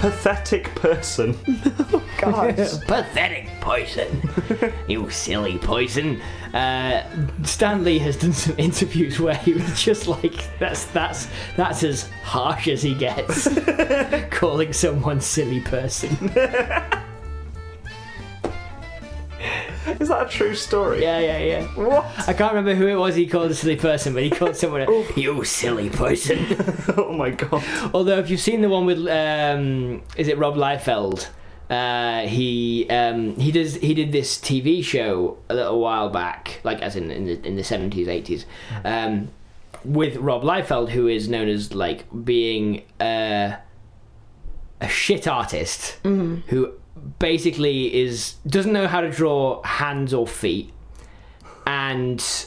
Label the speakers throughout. Speaker 1: pathetic person.
Speaker 2: Gosh.
Speaker 3: Pathetic poison. you silly poison. Uh, Stan Lee has done some interviews where he was just like, that's that's that's as harsh as he gets, calling someone silly person.
Speaker 1: Is that a true story?
Speaker 3: Yeah, yeah, yeah.
Speaker 1: What?
Speaker 3: I can't remember who it was he called a silly person, but he called someone a, you silly person.
Speaker 1: Oh my god.
Speaker 3: Although, if you've seen the one with, um, is it Rob Liefeld? Uh, he um, he does he did this TV show a little while back, like as in in the in the seventies eighties, um, with Rob Liefeld, who is known as like being uh, a shit artist who basically is doesn't know how to draw hands or feet and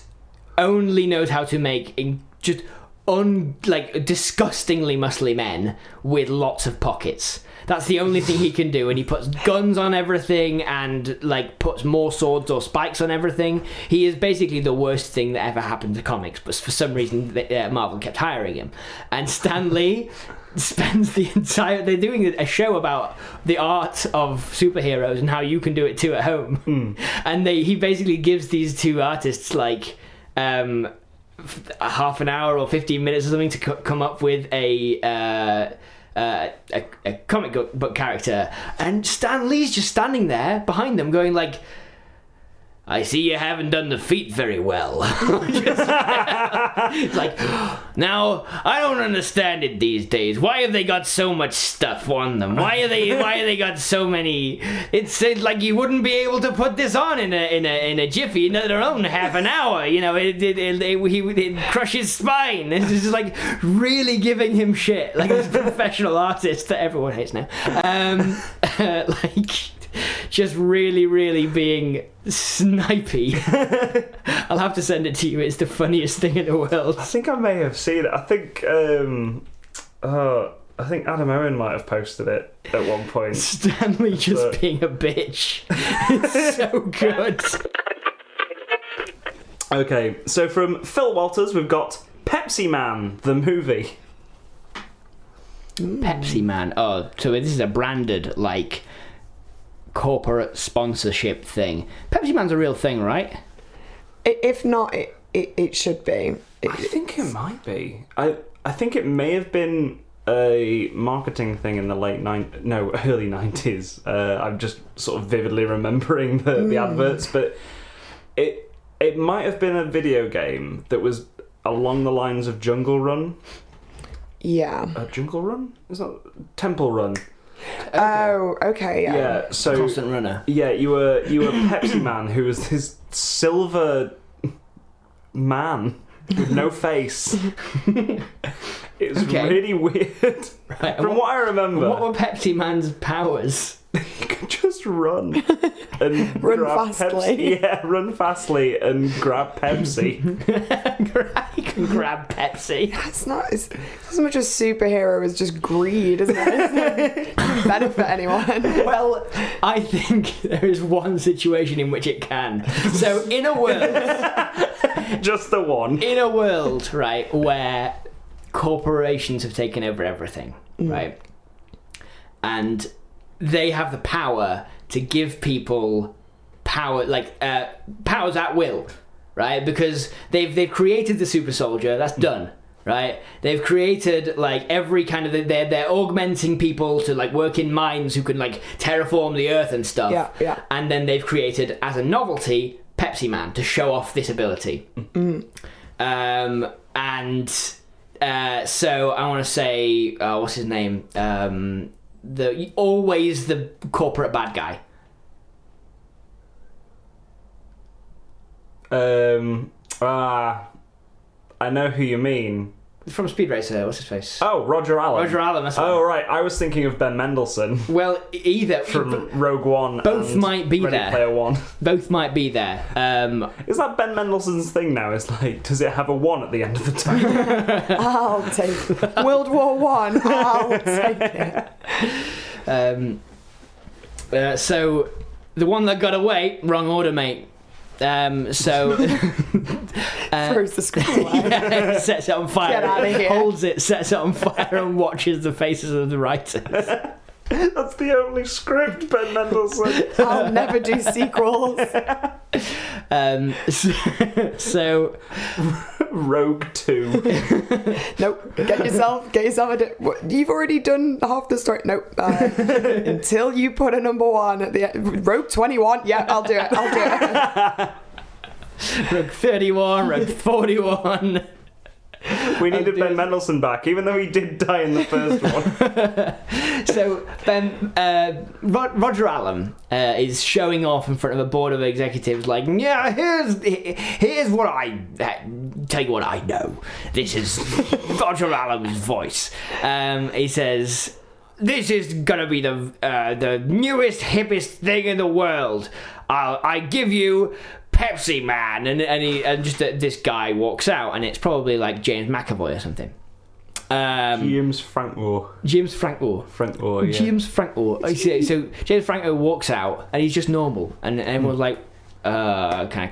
Speaker 3: only knows how to make in, just un like disgustingly muscly men with lots of pockets. That's the only thing he can do, and he puts guns on everything and like puts more swords or spikes on everything. He is basically the worst thing that ever happened to comics, but for some reason th- uh, Marvel kept hiring him. And Stan Lee spends the entire they're doing a show about the art of superheroes and how you can do it too at home and they he basically gives these two artists like um f- a half an hour or 15 minutes or something to co- come up with a uh uh, a, a comic go- book character, and Stan Lee's just standing there behind them, going like, "I see you haven't done the feet very well." It's like, now I don't understand it these days. Why have they got so much stuff on them? Why are they? Why have they got so many? It's, it's like you wouldn't be able to put this on in a in a in a jiffy in their own half an hour. You know, it it, it, it, he, it crushes spine. It's just like really giving him shit, like this professional artist that everyone hates now. Um, like just really, really being snipey. I'll have to send it to you. It's the funniest thing in the world.
Speaker 1: I think I may have seen it. I think um, uh, I think Adam Owen might have posted it at one point.
Speaker 3: Stanley just
Speaker 1: But-
Speaker 3: being a bitch. It's so good.
Speaker 1: Okay, so from Phil Walters, we've got Pepsi Man the movie.
Speaker 3: Pepsi Man. Oh, so this is a branded like corporate sponsorship thing. Pepsi Man's a real thing, right?
Speaker 2: I- if not, it, it, it should be.
Speaker 1: I
Speaker 2: It-
Speaker 1: think it might be. I I think it may have been a marketing thing in the late nine no early nineties. Uh, I'm just sort of vividly remembering the, the adverts, but it it might have been a video game that was along the lines of Jungle Run.
Speaker 2: yeah.
Speaker 1: Uh, Jungle Run is that Temple Run?
Speaker 2: Oh, okay, yeah.
Speaker 1: Yeah. So
Speaker 3: Constant Runner.
Speaker 1: yeah, you were you were Pepsi Man, who was this silver man with no face. it was
Speaker 3: Okay.
Speaker 1: really weird.
Speaker 3: Right. and
Speaker 1: From
Speaker 3: what,
Speaker 1: what I remember,
Speaker 3: what were Pepsi Man's powers?
Speaker 1: you could just run and
Speaker 2: Run
Speaker 1: grab
Speaker 2: fastly.
Speaker 1: Pepsi. Yeah, run fastly and grab Pepsi.
Speaker 3: he can grab Pepsi.
Speaker 2: It's not it's, it's not so much a superhero as just greed, isn't it? It's not benefit anyone.
Speaker 3: Well, I think there is one situation in which it can. So, in a world,
Speaker 1: just the one.
Speaker 3: in a world, right, where corporations have taken over everything,
Speaker 2: Mm.
Speaker 3: right, and they have the power to give people power, like uh, powers at will, right? Because they've they've created the super soldier.
Speaker 2: Mm.
Speaker 3: That's done. Right, they've created like every kind of they're they're augmenting people to like work in mines who can like terraform the earth and stuff.
Speaker 2: Yeah, yeah.
Speaker 3: And then they've created as a novelty Pepsi Man to show off this ability. Um, and uh, so I want to say, uh, what's his name? Um, the always the corporate bad guy.
Speaker 1: Um. Ah. I know who you mean.
Speaker 3: From Speed Racer, what's his face?
Speaker 1: Oh, Roger Allen.
Speaker 3: Roger Allen. That's
Speaker 1: Oh
Speaker 3: oh.
Speaker 1: right, I was thinking of Ben Mendelsohn
Speaker 3: Well, either
Speaker 1: from Rogue One.
Speaker 3: Both
Speaker 1: and
Speaker 3: might be
Speaker 1: Ready
Speaker 3: there.
Speaker 1: Player One.
Speaker 3: both might be there. Um,
Speaker 1: Is that Ben Mendelsohn's thing now? Is like, does it have a one at the end of the title?
Speaker 2: I'll take World War One. I'll take it.
Speaker 3: um, uh, so the one that got away, wrong order, mate. Um, so
Speaker 2: Throws the screen away.
Speaker 3: yeah, sets it on fire.
Speaker 2: Get outta here.
Speaker 3: Holds it, sets it on fire, and watches the faces of the writers.
Speaker 1: That's the only script, Ben Mendelsohn.
Speaker 2: I'll never do sequels.
Speaker 3: Um, so, so
Speaker 1: Rogue Two.
Speaker 2: Nope. Get yourself, get yourself a. di- what- You've already done half the story. Nope. Uh, until you put a number one at the end. Rope 21. Yeah, I'll do it. I'll do it.
Speaker 3: Rogue 31, Rogue 41.
Speaker 1: We needed
Speaker 3: dear.
Speaker 1: Ben Mendelsohn back, even though he did die in the first one.
Speaker 3: So then uh, Rod- Roger Allen uh, is showing off in front of a board of executives, like, yeah, here's he- here's what I uh, tell you what I know. This is Roger Allen's voice. Um, he says. This is gonna be the uh, the newest hippest thing in the world. I'll, I give you Pepsi Man, and and, he, and just uh, this guy walks out, and it's probably like James McAvoy or something. Um,
Speaker 1: James Franco.
Speaker 3: James Franco.
Speaker 1: Franco, yeah.
Speaker 3: James Franco. I see- So James Franco walks out and he's just normal, and
Speaker 1: Hmm.
Speaker 3: everyone's like, uh, kind of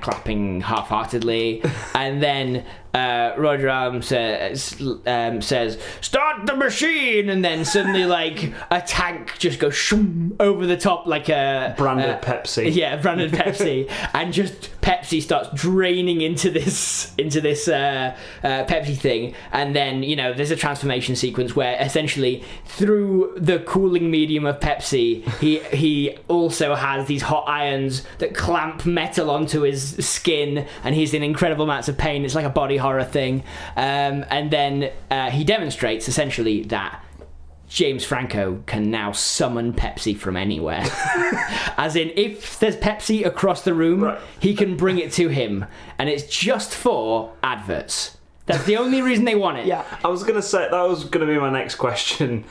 Speaker 3: clapping half-heartedly, and then uh, Roger Arm says, um, "says Start the machine," and then suddenly like a tank just goes shoom over the top like a
Speaker 1: Branded
Speaker 3: uh,
Speaker 1: Pepsi.
Speaker 3: yeah, branded Pepsi, and just Pepsi starts draining into this into this uh, uh, Pepsi thing, and then you know there's a transformation sequence where essentially through the cooling medium of Pepsi, he he also has these hot irons that clamp metal onto his skin, and he's in incredible amounts of pain. It's like a body horror thing, um, and then uh, he demonstrates essentially that. James Franco can now summon Pepsi from anywhere. As in, if there's Pepsi across the room,
Speaker 1: Right.
Speaker 3: he can bring it to him. And it's just for adverts. That's the only reason they want it.
Speaker 2: Yeah.
Speaker 1: I was gonna say that was gonna be my next question.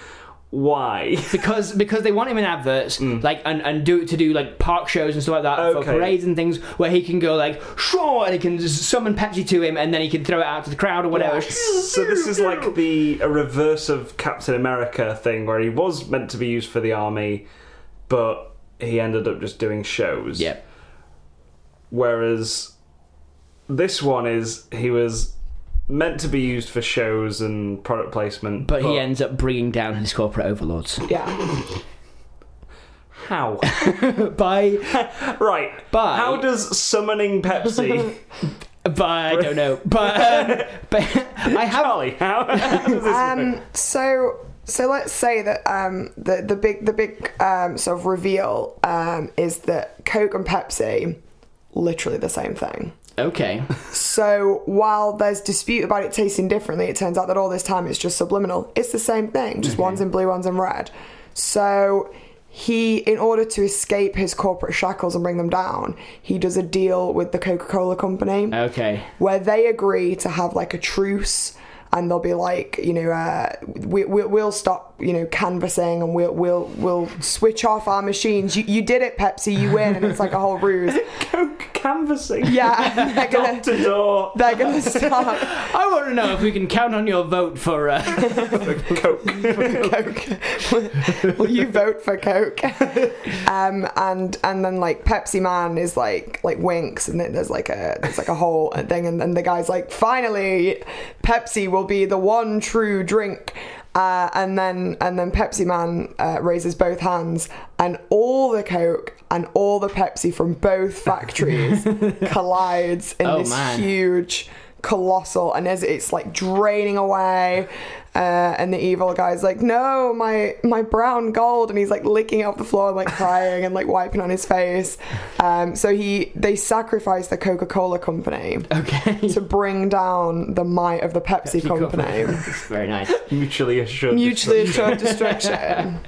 Speaker 1: Why?
Speaker 3: Because because they want him in adverts, like and, and do to do like park shows and stuff like that for
Speaker 1: Okay.
Speaker 3: parades and things where he can go like sure and he can just summon Pepsi to him and then he can throw it out to the crowd or whatever.
Speaker 1: So this is like the a reverse of Captain America thing, where he was meant to be used for the army, but he ended up just doing shows.
Speaker 3: Yep.
Speaker 1: Whereas this one is he was meant to be used for shows and product placement,
Speaker 3: But he ends up bringing down his corporate overlords
Speaker 2: Yeah.
Speaker 1: how?
Speaker 3: by
Speaker 1: right.
Speaker 3: By-
Speaker 1: how does summoning Pepsi?
Speaker 3: by I don't know but um, but I have
Speaker 1: Charlie, how? how does this work?
Speaker 2: Um, so so let's say that um, the the big the big um, sort of reveal um, is that Coke and Pepsi literally the same thing.
Speaker 3: okay
Speaker 2: So while there's dispute about it tasting differently, it turns out that all this time it's just subliminal. It's the same thing, just one's in blue, one's in red. So he, in order to escape his corporate shackles and bring them down, he does a deal with the Coca Cola company
Speaker 3: Oh, okay
Speaker 2: where they agree to have like a truce and they'll be like you know uh, we, we, we'll stop you know canvassing and we'll we'll we'll switch off our machines you, you did it pepsi you win and it's like a whole ruse
Speaker 1: Coke canvassing.
Speaker 2: yeah and they're gonna
Speaker 1: To door
Speaker 2: they're gonna stop
Speaker 3: I want to know if we can count on your vote for. Uh,
Speaker 1: Coke.
Speaker 2: coke will you vote for coke um and and then like pepsi man is like like winks and then there's like a there's like a whole thing and then the guy's like finally pepsi will be the one true drink uh, and then and then Pepsi Man uh, raises both hands, and all the Coke and all the Pepsi from both factories collides in
Speaker 3: Oh,
Speaker 2: this
Speaker 3: man.
Speaker 2: huge, colossal, and as it's like draining away, uh, and the evil guy's like, "No, my my brown gold," and he's like licking it off the floor, and, like crying and like wiping on his face. Um, so he they sacrifice the Coca Cola company
Speaker 3: okay.
Speaker 2: to bring down the might of the Pepsi, company.
Speaker 3: Very nice.
Speaker 1: Mutually assured.
Speaker 2: Mutually assured destruction.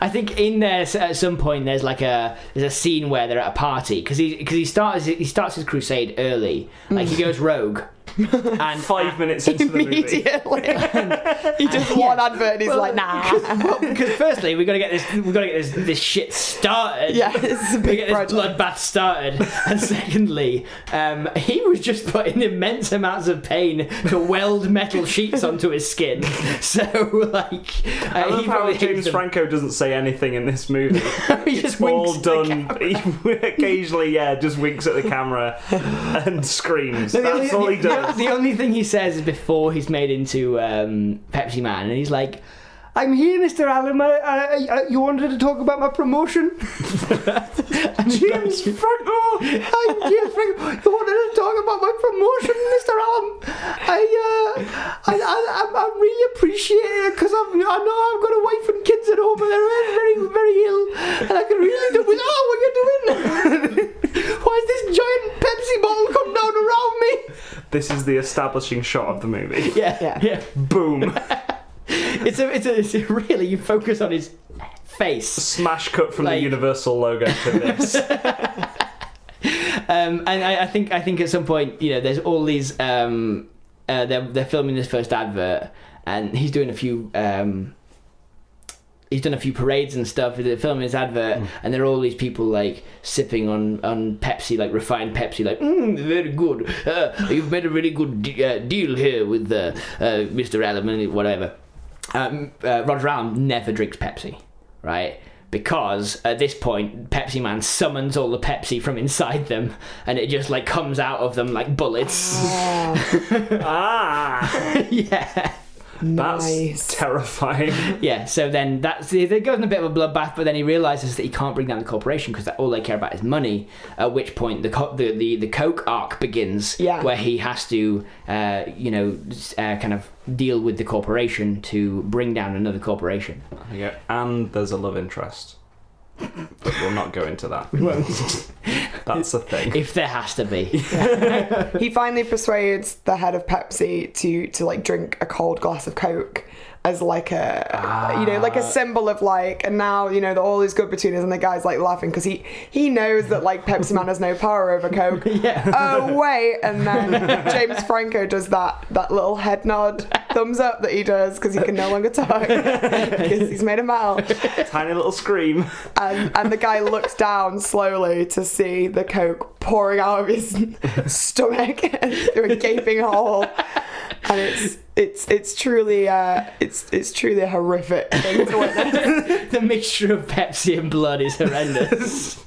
Speaker 3: I think in there s- at some point there's like a there's a scene where they're at a party because he because he starts he starts his crusade early like he goes rogue and
Speaker 1: Five minutes into the movie.
Speaker 2: Immediately, he just
Speaker 3: Yeah.
Speaker 2: one advert and he's like, "Nah."
Speaker 3: because firstly we gotta get this we gotta get this this shit started
Speaker 2: Yeah, it's a
Speaker 3: We
Speaker 2: big
Speaker 3: get this
Speaker 2: project.
Speaker 3: bloodbath started, and secondly, um, he was just put in immense amounts of pain to weld metal sheets onto his skin. So, like, uh,
Speaker 1: I love
Speaker 3: he
Speaker 1: how
Speaker 3: probably
Speaker 1: James
Speaker 3: hates them.
Speaker 1: Franco doesn't say anything in this movie.
Speaker 3: he just winks
Speaker 1: All
Speaker 3: at the
Speaker 1: done. He occasionally, yeah, just winks at the camera and screams.
Speaker 3: No, the
Speaker 1: That's all
Speaker 3: only-
Speaker 1: he
Speaker 3: the-
Speaker 1: does.
Speaker 3: The only thing he says is before he's made into um, Pepsi Man, and he's like, I'm here, Mr. Allen. I, I, I, you wanted to talk about my promotion? and he
Speaker 1: James
Speaker 3: goes,
Speaker 1: Franco!
Speaker 3: I'm James Franco. You wanted to talk about my promotion, Mr. Allen? I, uh, I, I, I'm, I'm really appreciative because I know I've got a wife and kids at home and they're very, very ill, and I can really do with. Oh, what are you doing? Why is this giant Pepsi bottle come down around me?
Speaker 1: This is the establishing shot of the movie.
Speaker 3: Yeah,
Speaker 2: Yeah.
Speaker 3: yeah.
Speaker 1: Boom.
Speaker 3: It's a, it's a, it's a really. You focus on his face.
Speaker 1: Smash cut from
Speaker 3: Like-
Speaker 1: the Universal logo to this.
Speaker 3: um, and I, I think I think at some point, you know, there's all these. Um, uh, they're they're filming this first advert, and he's doing a few. Um, he's done a few parades and stuff. They're filming his advert, and there are all these people like sipping on on Pepsi, like refined Pepsi, like mm, very good. Uh, you've made a really good de- uh, deal here with uh, uh, Mr. Allen, whatever. Um, uh, Roger Allen never drinks Pepsi, right? Because at this point, Pepsi Man summons all the Pepsi from inside them, and it just like comes out of them like bullets.
Speaker 2: Yeah.
Speaker 1: ah!
Speaker 3: yeah.
Speaker 1: That's
Speaker 2: Nice.
Speaker 1: terrifying.
Speaker 3: Yeah, so then that's it goes in a bit of a bloodbath, but then he realizes that he can't bring down the corporation because all they care about is money. At which point the co- the, the the Coke arc begins,
Speaker 2: Yeah.
Speaker 3: where he has to, uh, you know, s- uh, kind of deal with the corporation to bring down another corporation.
Speaker 1: Yeah. And there's a love interest. But we'll not go into that. That's a thing.
Speaker 3: if there has to be,
Speaker 2: he finally persuades the head of Pepsi to to like drink a cold glass of Coke as like a you know like a symbol of like and now you know that all is good between us and the guy's like laughing because he he knows that like Pepsi Man has no power over Coke.
Speaker 3: yeah.
Speaker 2: Oh wait, and then James Franco does that that little head nod, thumbs up that he does because he can no longer talk because he's made a mouth.
Speaker 1: Tiny little scream.
Speaker 2: And, and the guy looks down slowly to see the coke pouring out of his stomach through a gaping hole. And it's it's it's truly uh, it's it's truly a horrific thing to witness.
Speaker 3: the mixture of Pepsi and blood is horrendous.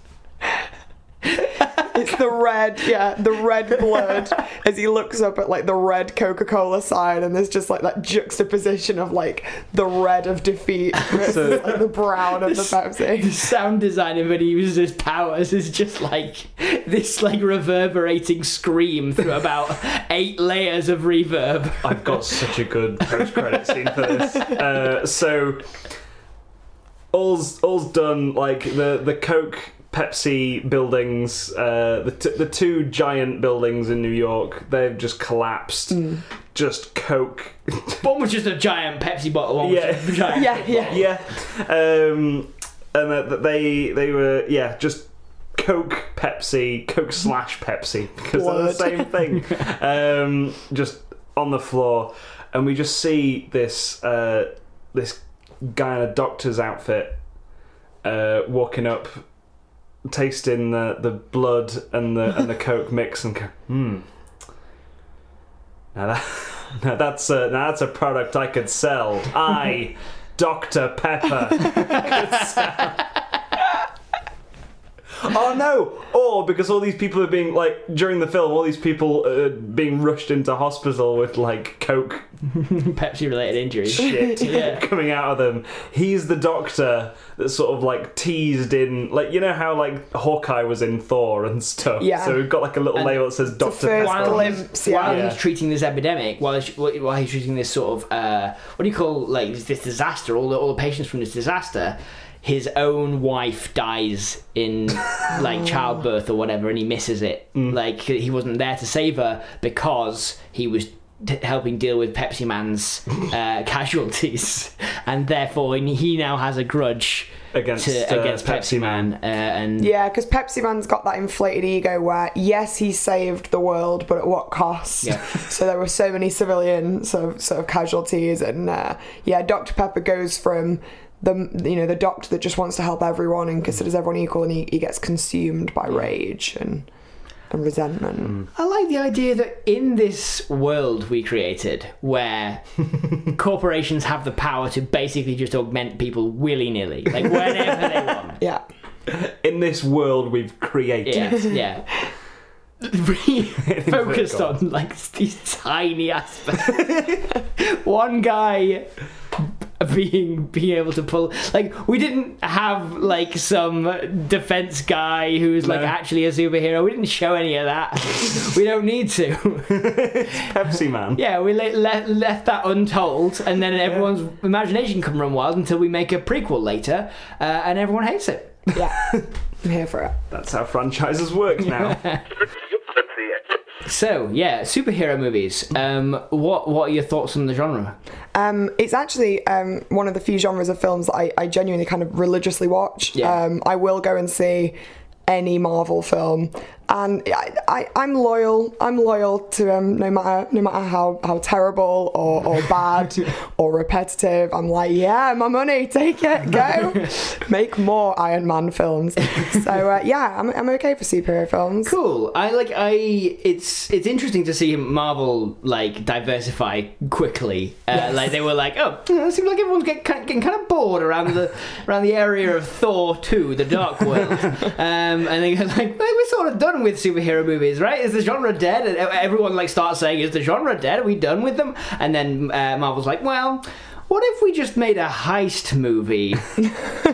Speaker 2: It's the red, yeah, the red blood as he looks up at like the red Coca Cola sign, and there's just like that juxtaposition of like the red of defeat versus
Speaker 1: So-
Speaker 2: like the brown of the Pepsi.
Speaker 3: the sound designer when he uses his powers is just like this like reverberating scream through about eight layers of reverb.
Speaker 1: I've got such a good post credit scene for this. Uh, so all's all's done. Like the the Coke Pepsi buildings, uh, the t- the two giant buildings in New York, they've just collapsed. Just Coke.
Speaker 3: One was just a giant Pepsi bottle, one was
Speaker 1: Yeah.
Speaker 3: just a giant
Speaker 2: Yeah, yeah.
Speaker 1: yeah. Um, and that that they they were yeah just. Coke, Pepsi, Coke slash Pepsi, because
Speaker 2: Blood.
Speaker 1: they're the same thing. um, just on the floor, and we just see this uh, this guy in a doctor's outfit uh, walking up, tasting the, the blood and the and the coke mix, and go, hmm. Now that now that's a now that's a product I could sell. I, Doctor Pepper, could sell. Oh no! Or because all these people are being like during the film, all these people are being rushed into hospital with like coke
Speaker 3: Pepsi related injuries.
Speaker 1: shit
Speaker 3: Yeah.
Speaker 1: coming out of them. He's the doctor that's sort of like teased in, like you know how like Hawkeye was in Thor and stuff.
Speaker 2: Yeah.
Speaker 1: So we've got like a little
Speaker 3: And
Speaker 1: label that says Doctor
Speaker 2: first
Speaker 1: Pepper.
Speaker 3: While he's,
Speaker 2: glimpse, yeah.
Speaker 3: while
Speaker 1: Yeah.
Speaker 3: he's treating this epidemic, while he's, while he's treating this sort of uh, what do you call like this, this disaster, all the all the patients from this disaster, his own wife dies in like childbirth or whatever, and he misses it.
Speaker 1: Mm.
Speaker 3: Like he wasn't there to save her because he was. d helping deal with Pepsi Man's uh, casualties, and therefore he now has a grudge
Speaker 1: Against,
Speaker 3: to,
Speaker 1: uh,
Speaker 3: against Pepsi,
Speaker 1: Pepsi
Speaker 3: Man,
Speaker 1: Man.
Speaker 3: uh, and
Speaker 2: Yeah, because Pepsi Man's got that inflated ego where, yes, he saved the world, but at what cost?
Speaker 3: Yeah.
Speaker 2: so there were so many civilian sort of, sort of casualties, and uh, yeah, Dr Pepper goes from the you know the doctor that just wants to help everyone and considers everyone equal, and he, he gets consumed by rage and and resentment.
Speaker 3: I like the idea that in this world we created, where corporations have the power to basically just augment people willy nilly, like whenever they want.
Speaker 2: Yeah,
Speaker 1: In this world we've created.
Speaker 3: Yeah, yeah. Really focused
Speaker 1: Oh
Speaker 3: on like these tiny aspects. One guy being being able to pull like we didn't have like some defense guy who's like
Speaker 1: No.
Speaker 3: actually a superhero. We didn't show any of that. we don't need to.
Speaker 1: Pepsi Man.
Speaker 3: Yeah, we le- le- left that untold, and then everyone's imagination can run wild until we make a prequel later, uh, and everyone hates it.
Speaker 2: Yeah, I'm here for it.
Speaker 1: That's how franchises work now.
Speaker 3: So yeah, superhero movies. Um, what what are your thoughts on the genre?
Speaker 2: Um, it's actually um, one of the few genres of films that I, I genuinely kind of religiously watch.
Speaker 3: Yeah.
Speaker 2: Um, I will go and see any Marvel film, and I, I, I'm loyal. I'm loyal to um, no matter no matter how, how terrible or, or bad or repetitive. I'm like, yeah, my money, take it, go, make more Iron Man films. So uh, yeah, I'm, I'm okay for superhero films.
Speaker 3: Cool. I like. I it's it's interesting to see Marvel like diversify quickly. Uh, Like they were like, oh, it seems like everyone's get, kind- getting kind of bored around the around the area of Thor two, the Dark World, um, and they go like, well, we're sort of done with superhero movies, right? Is the genre dead? And e-, everyone like starts saying, is the genre dead? Are we done with them? And then uh, Marvel's like, well. What if we just made a heist movie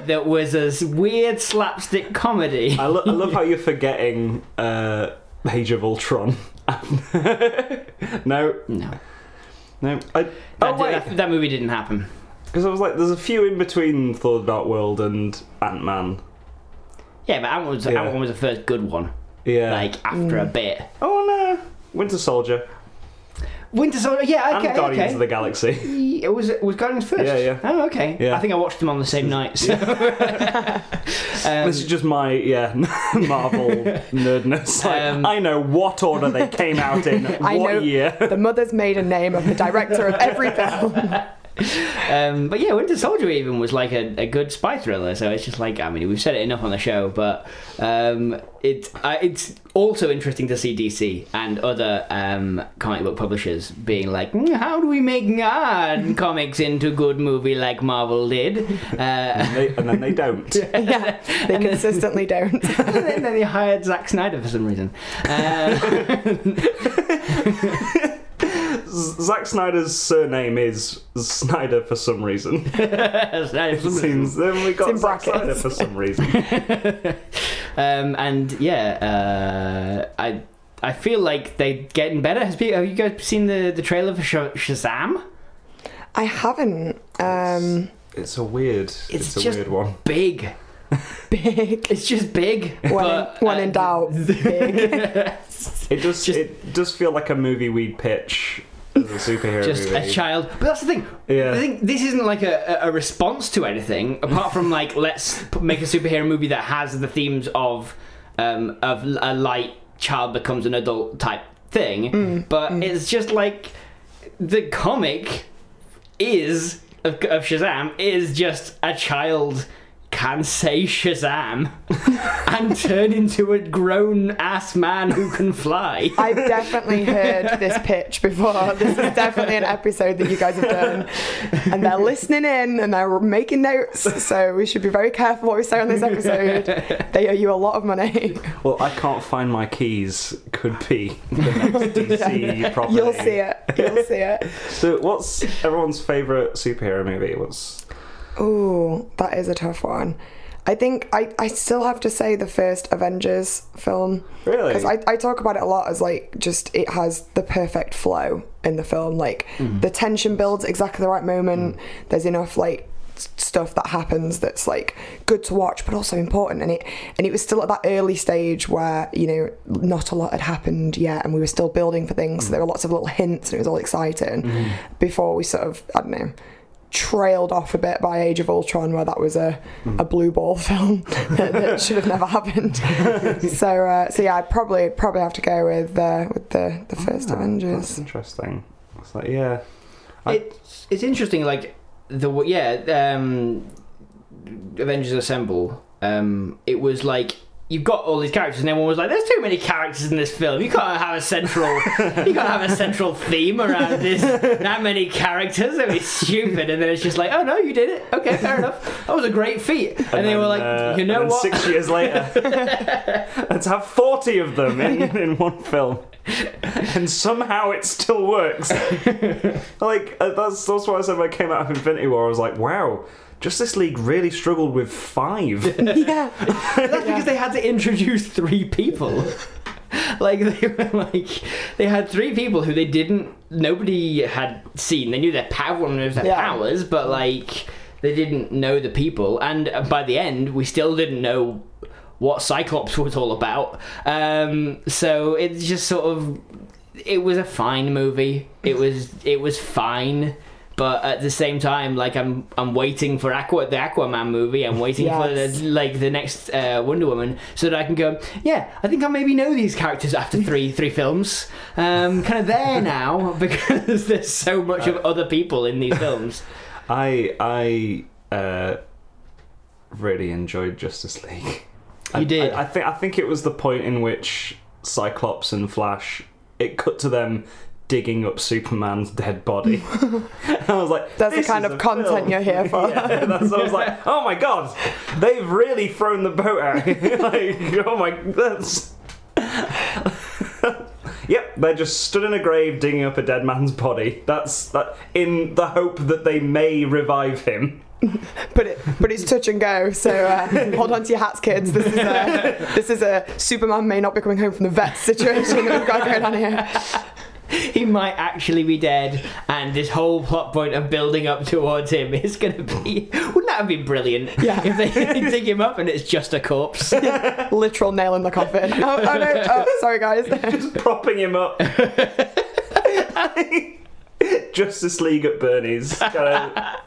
Speaker 3: that was a s- weird slapstick comedy?
Speaker 1: I, lo- I love how you're forgetting uh, Age of Ultron. no,
Speaker 3: no.
Speaker 1: no. I,
Speaker 3: That,
Speaker 1: oh
Speaker 3: di-
Speaker 1: wait,
Speaker 3: that, that movie didn't happen.
Speaker 1: because I was like, there's a few in between Thor: The Dark World and Ant Man.
Speaker 3: Yeah, but Ant was
Speaker 1: Yeah.
Speaker 3: Ant Man was the first good one.
Speaker 1: Yeah.
Speaker 3: Like after a bit,
Speaker 1: oh no, Winter Soldier
Speaker 3: Winter Soldier. Yeah,
Speaker 1: and
Speaker 3: okay,
Speaker 1: Guardians
Speaker 3: okay.
Speaker 1: of the Galaxy.
Speaker 3: Ye- It was it was Guardians first.
Speaker 1: Yeah, yeah.
Speaker 3: Oh, okay.
Speaker 1: Yeah.
Speaker 3: I think I watched them on the same night. So. Um,
Speaker 1: this is just my yeah Marvel nerdness. Like,
Speaker 3: Um,
Speaker 1: I know what order they came out in,
Speaker 2: I
Speaker 1: what
Speaker 2: know-
Speaker 1: year.
Speaker 2: The mother's maiden name of the director of every film.
Speaker 3: um, but yeah, Winter Soldier even was like a, a good spy thriller. So it's just like I mean, we've said it enough on the show, but um, it I it's also interesting to see DC and other um, comic book publishers being like, "Hmm, how do we make God comics into good movie like Marvel did? Uh,
Speaker 1: And, they, and then they don't.
Speaker 2: yeah, they consistently don't.
Speaker 3: and then they hired Zack Snyder for some reason. Uh,
Speaker 1: Z- Zack Snyder's surname is Snyder for some reason.
Speaker 3: Snyder for some reason.
Speaker 1: Seems then we got
Speaker 2: in
Speaker 1: Zack Snyder
Speaker 2: brackets.
Speaker 1: for some reason.
Speaker 3: um, and yeah, uh, I I feel like they're getting better. Has pe- have you guys seen the, the trailer for Sh- Shazam?
Speaker 2: I haven't. Um,
Speaker 1: It's a weird.
Speaker 3: It's
Speaker 1: It's, a
Speaker 3: just-
Speaker 1: weird one.
Speaker 3: Big.
Speaker 2: big.
Speaker 3: It's just big.
Speaker 2: When,
Speaker 3: but,
Speaker 2: in, when
Speaker 3: uh,
Speaker 2: in doubt, big.
Speaker 1: It does.
Speaker 3: just-
Speaker 1: it does feel like a movie we'd pitch as a superhero
Speaker 3: just
Speaker 1: movie.
Speaker 3: a child. But that's the thing.
Speaker 1: Yeah.
Speaker 3: I think this isn't like a, a a response to anything apart from like let's p- make a superhero movie that has the themes of um, of l- a light child becomes an adult type thing. but it's just like the comic is of, of Shazam is just a child can say Shazam and turn into a grown ass man who can fly.
Speaker 2: I've definitely heard this pitch before. This is definitely an episode that you guys have done, and they're listening in and they're making notes. So we should be very careful what we say on this episode. They owe you a lot of money.
Speaker 1: Well, I can't find my keys. Could be the next DC property.
Speaker 2: You'll see it. You'll see it.
Speaker 1: So, what's everyone's favorite superhero movie? What's
Speaker 2: Ooh, that is a tough one. I think I, I still have to say the first Avengers film.
Speaker 1: Really?
Speaker 2: Because I, I talk about it a lot as like just it has the perfect flow in the film. Like the tension builds at exactly the right moment. There's enough like s- stuff that happens that's like good to watch but also important and it and it was still at that early stage where you know not a lot had happened yet and we were still building for things so there were lots of little hints and it was all exciting before we sort of i don't know trailed off a bit by Age of Ultron, where that was a, a blue ball film that, that should have never happened. so uh, so yeah, I'd probably probably have to go with uh, with the the first
Speaker 1: Ah, That's
Speaker 2: Avengers.
Speaker 1: interesting. It's like yeah, I-
Speaker 3: it's it's interesting like the w- yeah um avengers assemble um it was like You've got all these characters, and everyone was like, "There's too many characters in this film. You can't have a central, you can't have a central theme around this. That many characters, that'd be stupid." And then it's just like, "Oh no, you did it. Okay, fair enough. That was a great feat." And, they
Speaker 1: then,
Speaker 3: were like,
Speaker 1: uh,
Speaker 3: "You
Speaker 1: and
Speaker 3: know
Speaker 1: then
Speaker 3: what?
Speaker 1: Six years later, let's have forty of them in, in one film. and somehow it still works. like uh, that's that's what I said when I came out of Infinity War. I was like, wow, Justice League really struggled with five.
Speaker 2: yeah.
Speaker 3: That's because they had to introduce three people. like they were like they had three people who they didn't nobody had seen. They knew their power, one knows their
Speaker 2: Yeah.
Speaker 3: powers, but like they didn't know the people. And uh, by the end, we still didn't know what Cyclops was all about. Um, so it's just sort of it was a fine movie. It was it was fine. But at the same time, like I'm, I'm waiting for Aqua, the Aquaman movie. I'm waiting for the
Speaker 2: Yes.
Speaker 3: like the next uh, Wonder Woman, so that I can go. Yeah, I think I maybe know these characters after three three films. Um, kind of there now because there's so much of other people in these films.
Speaker 1: I I uh, really enjoyed Justice League. I,
Speaker 3: You did.
Speaker 1: I, I think I think it was the point in which Cyclops and Flash it cut to them digging up Superman's dead body. I was like,
Speaker 2: That's the
Speaker 1: "This
Speaker 2: kind
Speaker 1: is
Speaker 2: of
Speaker 1: a
Speaker 2: content
Speaker 1: film."
Speaker 2: you're here for.
Speaker 1: Yeah, that's, I was like, oh my god, they've really thrown the boat out. like, oh my, that's. Yep, they just stood in a grave digging up a dead man's body. That's that in the hope that they may revive him.
Speaker 2: But it, but it's touch and go. So uh, hold on to your hats, kids. This is a, this is a Superman may not be coming home from the vet situation that we've got going on here.
Speaker 3: He might actually be dead, and this whole plot point of building up towards him is going to be. Wouldn't that have been brilliant?
Speaker 2: Yeah.
Speaker 3: if they dig him up and it's just a corpse.
Speaker 2: Literal nail in the coffin. Oh, oh no! Oh, sorry, guys.
Speaker 1: Just propping him up. Justice League at Bernie's. Kinda-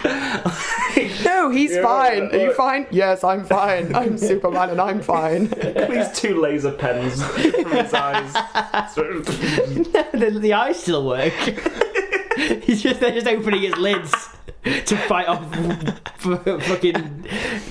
Speaker 2: No, he's
Speaker 1: Yeah,
Speaker 2: fine.
Speaker 1: look,
Speaker 2: Are you
Speaker 1: look.
Speaker 2: fine? Yes, I'm fine. I'm Superman and I'm fine.
Speaker 1: These two laser pens from his eyes.
Speaker 3: the, the eyes still work. He's just they're just opening his lids to fight off f- f- fucking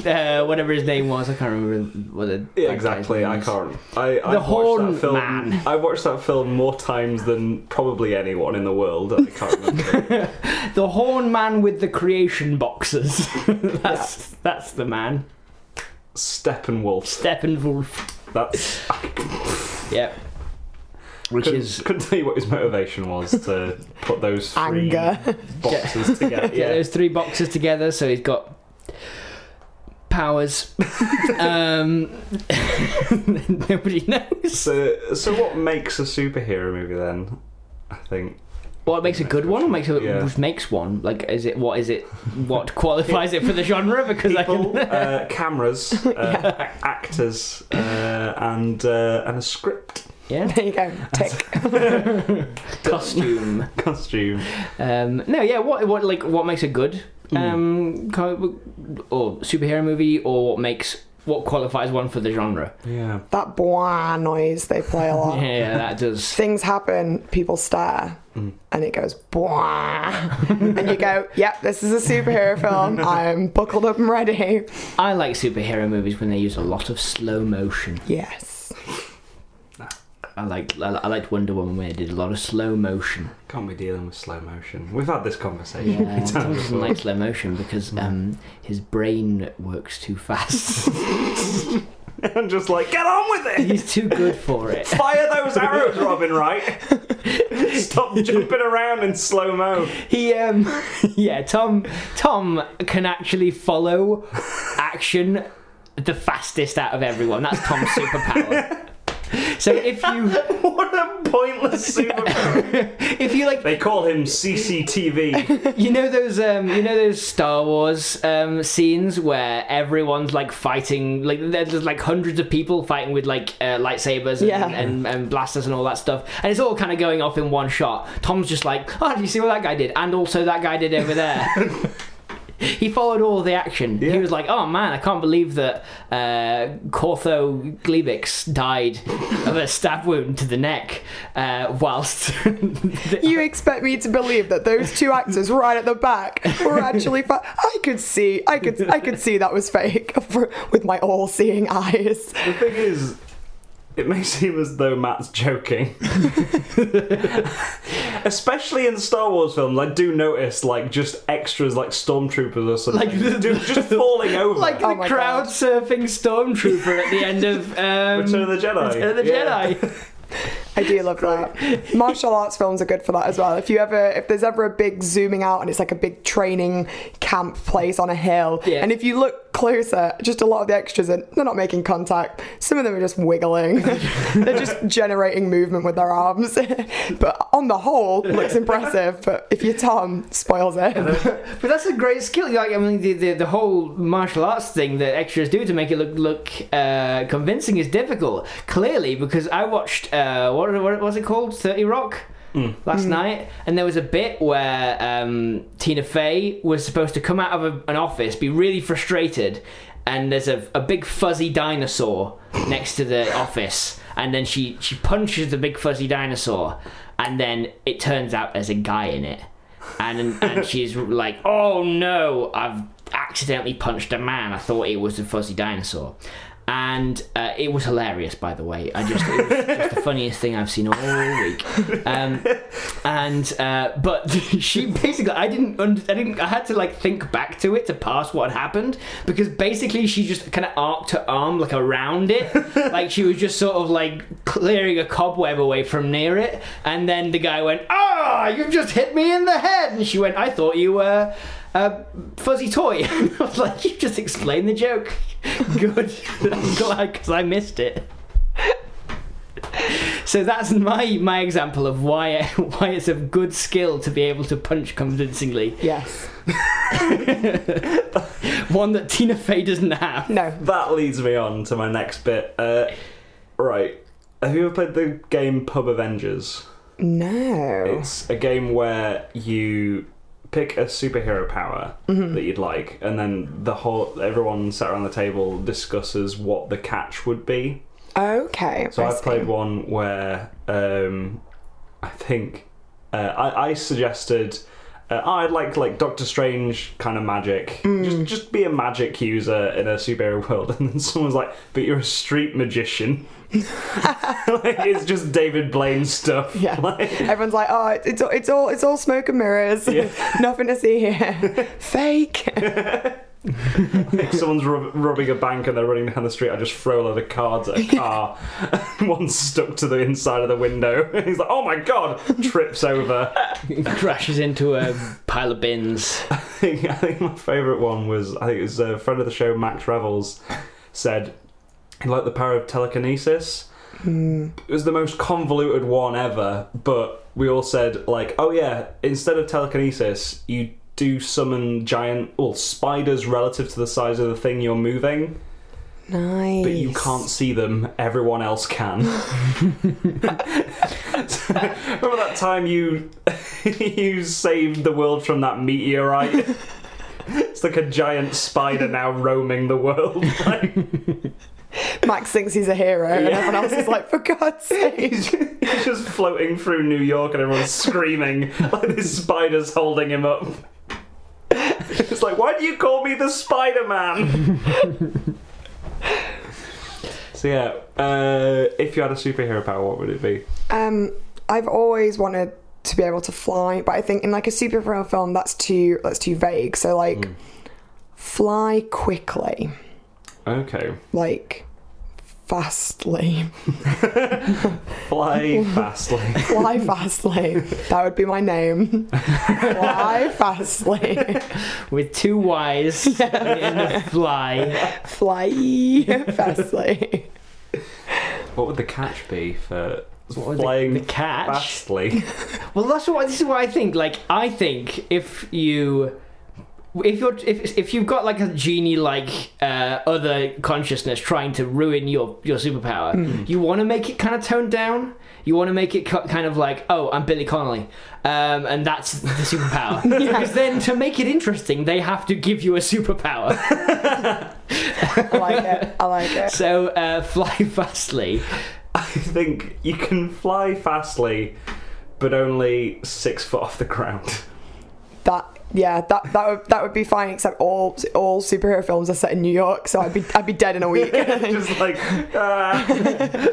Speaker 3: uh, whatever his name was. I can't remember what the
Speaker 1: Yeah, exactly. I can't. I, I've
Speaker 3: Horn
Speaker 1: watched that film,
Speaker 3: Man.
Speaker 1: I've watched that film more times than probably anyone in the world. I can't remember.
Speaker 3: The horn man with the creation boxes. that's that's the man.
Speaker 1: Steppenwolf.
Speaker 3: Steppenwolf.
Speaker 1: That's
Speaker 3: Yep. Which
Speaker 1: couldn't,
Speaker 3: is
Speaker 1: couldn't tell you what his motivation was to put those three
Speaker 2: Anger.
Speaker 1: boxes together.
Speaker 3: yeah.
Speaker 1: Yeah.
Speaker 3: those three boxes together, so he's got powers. um, nobody knows.
Speaker 1: So, so what makes a superhero movie then? I think
Speaker 3: What makes a good one? What makes a,
Speaker 1: Yeah.
Speaker 3: which makes one? Like, is it what is it? What qualifies it for the genre? Because
Speaker 1: people,
Speaker 3: I can.
Speaker 1: uh, cameras, uh, ac- actors, uh, and uh, and a script,
Speaker 3: Yeah,
Speaker 2: There you go. Tick.
Speaker 3: costume.
Speaker 1: costume.
Speaker 3: Um, no, yeah. What what like what makes a good
Speaker 1: Hmm.
Speaker 3: um, comic book or superhero movie, or what makes what qualifies one for the genre?
Speaker 1: Yeah.
Speaker 2: That blah noise they play a lot.
Speaker 3: Yeah, yeah, that does.
Speaker 2: Things happen. People stare, and it goes blah, and you go, "Yep, this is a superhero film. I'm buckled up and ready."
Speaker 3: I like superhero movies when they use a lot of slow motion.
Speaker 2: Yes.
Speaker 3: I like I, I liked Wonder Woman when it did a lot of slow motion.
Speaker 1: Can't be dealing with slow motion. We've had this conversation.
Speaker 3: Yeah, Tom doesn't like slow motion because
Speaker 1: Hmm.
Speaker 3: um, his brain works too fast.
Speaker 1: I'm just like, get on with it!
Speaker 3: He's too good for it.
Speaker 1: Fire those arrows, Robin, right? Stop jumping around in slow mo.
Speaker 3: He um yeah, Tom Tom can actually follow action the fastest out of everyone. That's Tom's superpower. So if you
Speaker 1: What a pointless superpower.
Speaker 3: if you like
Speaker 1: They call him CCTV.
Speaker 3: you know those um you know those Star Wars um scenes where everyone's like fighting like there's there's, like hundreds of people fighting with like uh, lightsabers and,
Speaker 2: Yeah.
Speaker 3: and, and blasters and all that stuff and it's all kind of going off in one shot. Tom's just like, "Oh, do you see what that guy did?" And also that guy did over there. he followed all the action.
Speaker 1: Yeah.
Speaker 3: He was like, "Oh man, I can't believe that uh, Cortho Glebix died of a stab wound to the neck, uh, whilst
Speaker 2: You expect me to believe that those two actors right at the back were actually? Fa- I could see. I could. I could see that was fake for, with my all-seeing eyes.
Speaker 1: The thing is, it may seem as though Matt's joking. Especially in Star Wars films, I do notice like just extras like stormtroopers or something.
Speaker 3: Like-
Speaker 1: do- just falling over.
Speaker 3: like
Speaker 2: Oh
Speaker 3: the
Speaker 2: my
Speaker 3: crowd
Speaker 2: God.
Speaker 3: surfing stormtrooper at the end of um,
Speaker 1: Return of the Jedi.
Speaker 3: Return of the
Speaker 1: Yeah.
Speaker 3: Jedi.
Speaker 2: I do love that. Martial arts films are good for that as well. If you ever, if there's ever a big zooming out and it's like a big training camp place on a hill,
Speaker 3: Yeah.
Speaker 2: and if you look closer, just a lot of the extras are they're not making contact. Some of them are just wiggling. they're just generating movement with their arms. but on the whole, looks impressive. But if you're Tom, spoils it.
Speaker 3: But that's a great skill. Like I mean, the, the, the whole martial arts thing that extras do to make it look look uh, convincing is difficult. Clearly, because I watched uh, what what was it called? Thirty Rock. Last night, and there was a bit where um, Tina Fey was supposed to come out of a, an office, be really frustrated, and there's a, a big fuzzy dinosaur next to the office, and then she she punches the big fuzzy dinosaur, and then it turns out there's a guy in it and and she's like, "Oh no, I've accidentally punched a man. I thought it was a fuzzy dinosaur." And uh, it was hilarious, by the way. I just it was just the funniest thing I've seen all week. Um, and uh, but she basically, I didn't, under, I didn't, I had to like think back to it to pass what had happened because basically she just kind of arced her arm like around it, like she was just sort of like clearing a cobweb away from near it. And then the guy went, "Ah, you've just hit me in the head!" And she went, "I thought you were." A fuzzy toy. I was like, you just explained the joke. Good. I'm glad because I missed it. So that's my my example of why why it's a good skill to be able to punch convincingly.
Speaker 2: yes.
Speaker 3: One that Tina Fey doesn't have.
Speaker 2: No.
Speaker 1: That leads me on to my next bit. Uh, right. Have you ever played the game Pub Avengers?
Speaker 2: No.
Speaker 1: It's a game where you pick a superhero power that you'd like, and then the whole everyone sat around the table discusses what the catch would be.
Speaker 2: Okay.
Speaker 1: So
Speaker 2: I
Speaker 1: I've
Speaker 2: see.
Speaker 1: played one where um, I think uh, I, I suggested uh, oh, I'd like like Doctor Strange kind of magic. Just just be a magic user in a superhero world, and then someone's like, "But you're a street magician." like, it's just David Blaine stuff.
Speaker 2: Yeah.
Speaker 1: Like,
Speaker 2: Everyone's like, oh, it's- it's all, it's all, it's all smoke and mirrors.
Speaker 1: Yeah.
Speaker 2: Nothing to see here. Fake.
Speaker 1: if someone's rub- rubbing a bank and they're running down the street, I just throw a load of cards at a car. One's stuck to the inside of the window. He's like, "Oh my god!" Trips over.
Speaker 3: Crashes into a pile of bins.
Speaker 1: think I think my favourite one was I think it was a friend of the show Max Revels said he liked the power of telekinesis. It was the most convoluted one ever, but we all said like, oh yeah, instead of telekinesis, you do summon giant well spiders relative to the size of the thing you're moving,
Speaker 2: Nice.
Speaker 1: but you can't see them. Everyone else can. Remember that time you you saved the world from that meteorite? It's like a giant spider now roaming the world. Like,
Speaker 2: Max thinks he's a hero, and
Speaker 1: Yeah.
Speaker 2: everyone else is like, for God's sake.
Speaker 1: he's he's just floating through New York and everyone's screaming like this spider's holding him up. It's like, why do you call me the Spider Man? so, yeah, uh, if you had a superhero power, what would it be?
Speaker 2: Um, I've always wanted to be able to fly, but I think in like a superhero film, that's too that's too vague. So like,
Speaker 1: Mm.
Speaker 2: fly quickly,
Speaker 1: Okay.
Speaker 2: like fastly,
Speaker 1: Fly fastly.
Speaker 2: fly fastly. That would be my name. fly fastly.
Speaker 3: With two Y's and a fly.
Speaker 2: fly fastly.
Speaker 1: What would the catch be for
Speaker 3: would the-
Speaker 1: flying
Speaker 3: the catch?
Speaker 1: fastly?
Speaker 3: Well that's what this is what I think. Like I think if you if you're if, if you've got like a genie like uh, other consciousness trying to ruin your your superpower, you want to make it kind of toned down. You want to make it co- kind of like, oh, I'm Billy Connolly, um, and that's the superpower. Because then to make it interesting, they have to give you a superpower.
Speaker 2: I like it. I like it.
Speaker 3: so uh, fly fastly.
Speaker 1: I think you can fly fastly, but only six foot off the ground.
Speaker 2: That yeah, that that would that would be fine. Except all all superhero films are set in New York, so I'd be I'd be dead in a week.
Speaker 1: just like ah,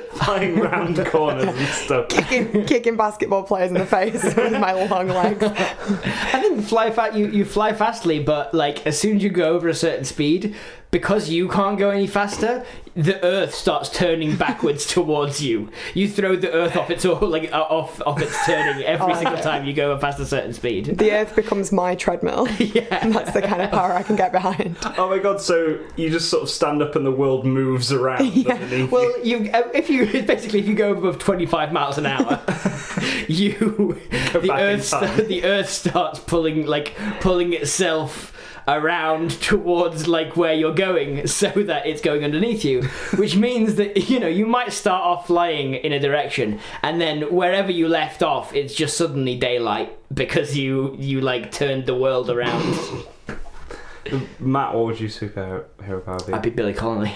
Speaker 1: flying round corners and stuff.
Speaker 2: kicking, kicking basketball players in the face with my long legs.
Speaker 3: I think fly fat you, you fly fastly, but like as soon as you go over a certain speed, because you can't go any faster, the Earth starts turning backwards towards you. You throw the Earth off its all like uh, off off its turning every
Speaker 2: Oh,
Speaker 3: single
Speaker 2: okay.
Speaker 3: time you go past a certain speed.
Speaker 2: The Earth becomes my treadmill.
Speaker 3: Yeah.
Speaker 2: And that's the kind of power I can get behind.
Speaker 1: Oh my god! So you just sort of stand up and the world moves around
Speaker 2: Yeah,
Speaker 1: underneath you.
Speaker 3: Well, you uh, if you basically if you go above twenty five miles an hour, you
Speaker 1: Go
Speaker 3: the
Speaker 1: back in
Speaker 3: earth sta-
Speaker 1: time.
Speaker 3: the earth starts pulling like pulling itself around towards like where you're going so that it's going underneath you which means that you know you might start off flying in a direction and then wherever you left off it's just suddenly daylight because you you like turned the world around
Speaker 1: Matt, what would you superhero power be?
Speaker 3: i'd be billy connolly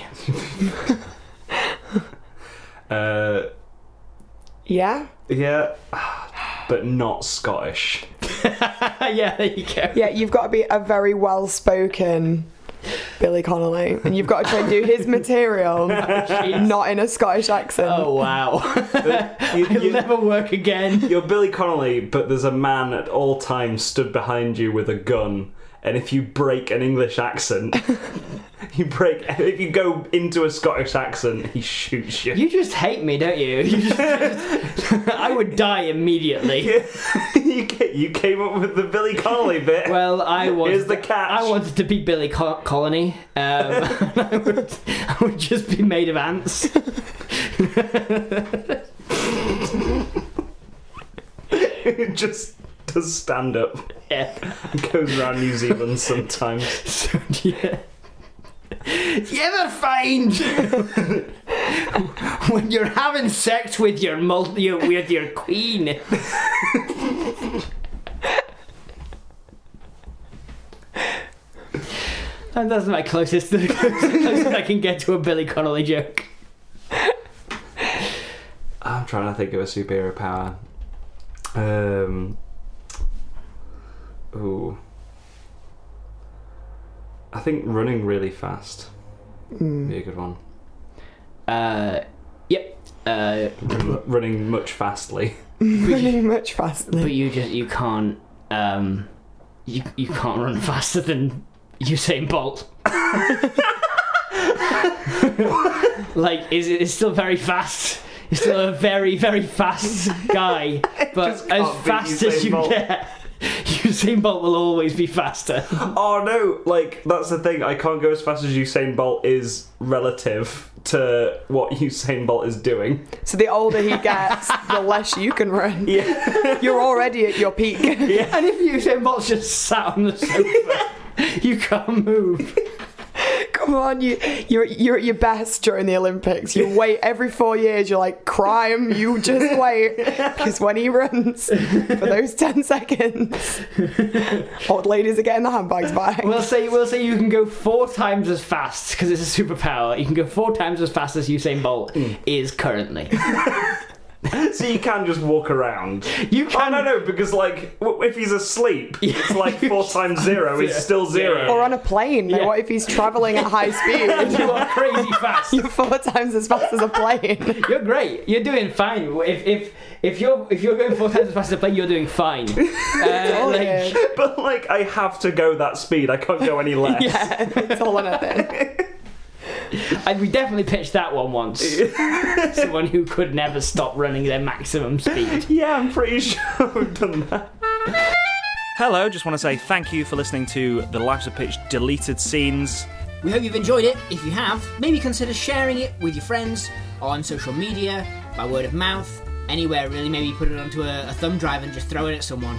Speaker 1: Uh,
Speaker 2: Yeah?
Speaker 1: yeah, but not Scottish.
Speaker 3: yeah there you go
Speaker 2: Yeah, you've got to be a very well spoken Billy Connolly. And you've got to try and do his material,
Speaker 3: Jeez.
Speaker 2: not in a Scottish accent.
Speaker 3: oh wow
Speaker 1: You,
Speaker 3: You'll
Speaker 1: you,
Speaker 3: never work again.
Speaker 1: you're Billy Connolly, but there's a man at all times stood behind you with a gun. And if you break an English accent, you break. If you go into a Scottish accent, he shoots you.
Speaker 3: You just hate me, don't you? you just, I would die immediately.
Speaker 1: you, ca- you came up with the Billy Connolly bit.
Speaker 3: Well, I was.
Speaker 1: Here's the catch.
Speaker 3: I wanted to be Billy Col- Colony. Um, I, would, I would just be made of ants.
Speaker 1: it just does stand up.
Speaker 3: Yeah.
Speaker 1: It goes around New Zealand sometimes.
Speaker 3: So, yeah. You ever find when you're having sex with your multi, your- with your queen? And that's my closest, the closest, closest I can get to a Billy Connolly joke.
Speaker 1: I'm trying to think of a superhero power. Um. Ooh. I think running really fast would be a good one.
Speaker 3: Uh, yep. Uh,
Speaker 1: Run- running much fastly.
Speaker 2: Running much faster.
Speaker 3: but you just you can't um, you you can't run faster than Usain Bolt. like is it's still very fast. You're still a very very fast guy,
Speaker 1: Just
Speaker 3: but
Speaker 1: can't
Speaker 3: as
Speaker 1: beat
Speaker 3: fast
Speaker 1: Usain
Speaker 3: as you
Speaker 1: Bolt.
Speaker 3: get, Usain Bolt will always be faster.
Speaker 1: Oh no! Like that's the thing. I can't go as fast as Usain Bolt is relative to what Usain Bolt is doing.
Speaker 2: So the older he gets, the less you can run.
Speaker 1: Yeah.
Speaker 2: You're already at your peak.
Speaker 3: And if Usain Bolt's just sat on the sofa, you can't move.
Speaker 2: Come on, you, you're, you're at your best during the Olympics. You wait every four years. You're like, crime, you just wait. Because when he runs for those 10 seconds, old ladies are getting the handbags back.
Speaker 3: We'll say we'll say you can go four times as fast because it's a superpower. You can go four times as fast as Usain Bolt
Speaker 1: Mm.
Speaker 3: is currently.
Speaker 1: so you can just walk around.
Speaker 3: You
Speaker 1: Oh
Speaker 3: can
Speaker 1: no no! Because like, w- if he's asleep, it's like four times zero. It's
Speaker 3: Yeah.
Speaker 1: still zero.
Speaker 2: or on a plane. Like,
Speaker 3: Yeah.
Speaker 2: what if he's traveling at high speed?
Speaker 3: You are crazy fast.
Speaker 2: You're four times as fast as a plane.
Speaker 3: You're great. You're doing fine. If if if you're if you're going four times as fast as a plane, you're doing fine. Uh,
Speaker 1: Oh,
Speaker 3: like,
Speaker 2: yeah.
Speaker 1: But like, I have to go that speed. I can't go any less.
Speaker 2: Yeah, it's all on a thing.
Speaker 3: I, we definitely pitched that one once. Someone who could never stop running their maximum speed.
Speaker 1: Yeah, I'm pretty sure we've done that. Hello, just want to say thank you for listening to the Lives of Pitch deleted scenes.
Speaker 4: We hope you've enjoyed it. If you have, maybe consider sharing it with your friends on social media, by word of mouth, anywhere really. Maybe put it onto a, a thumb drive and just throw it at someone.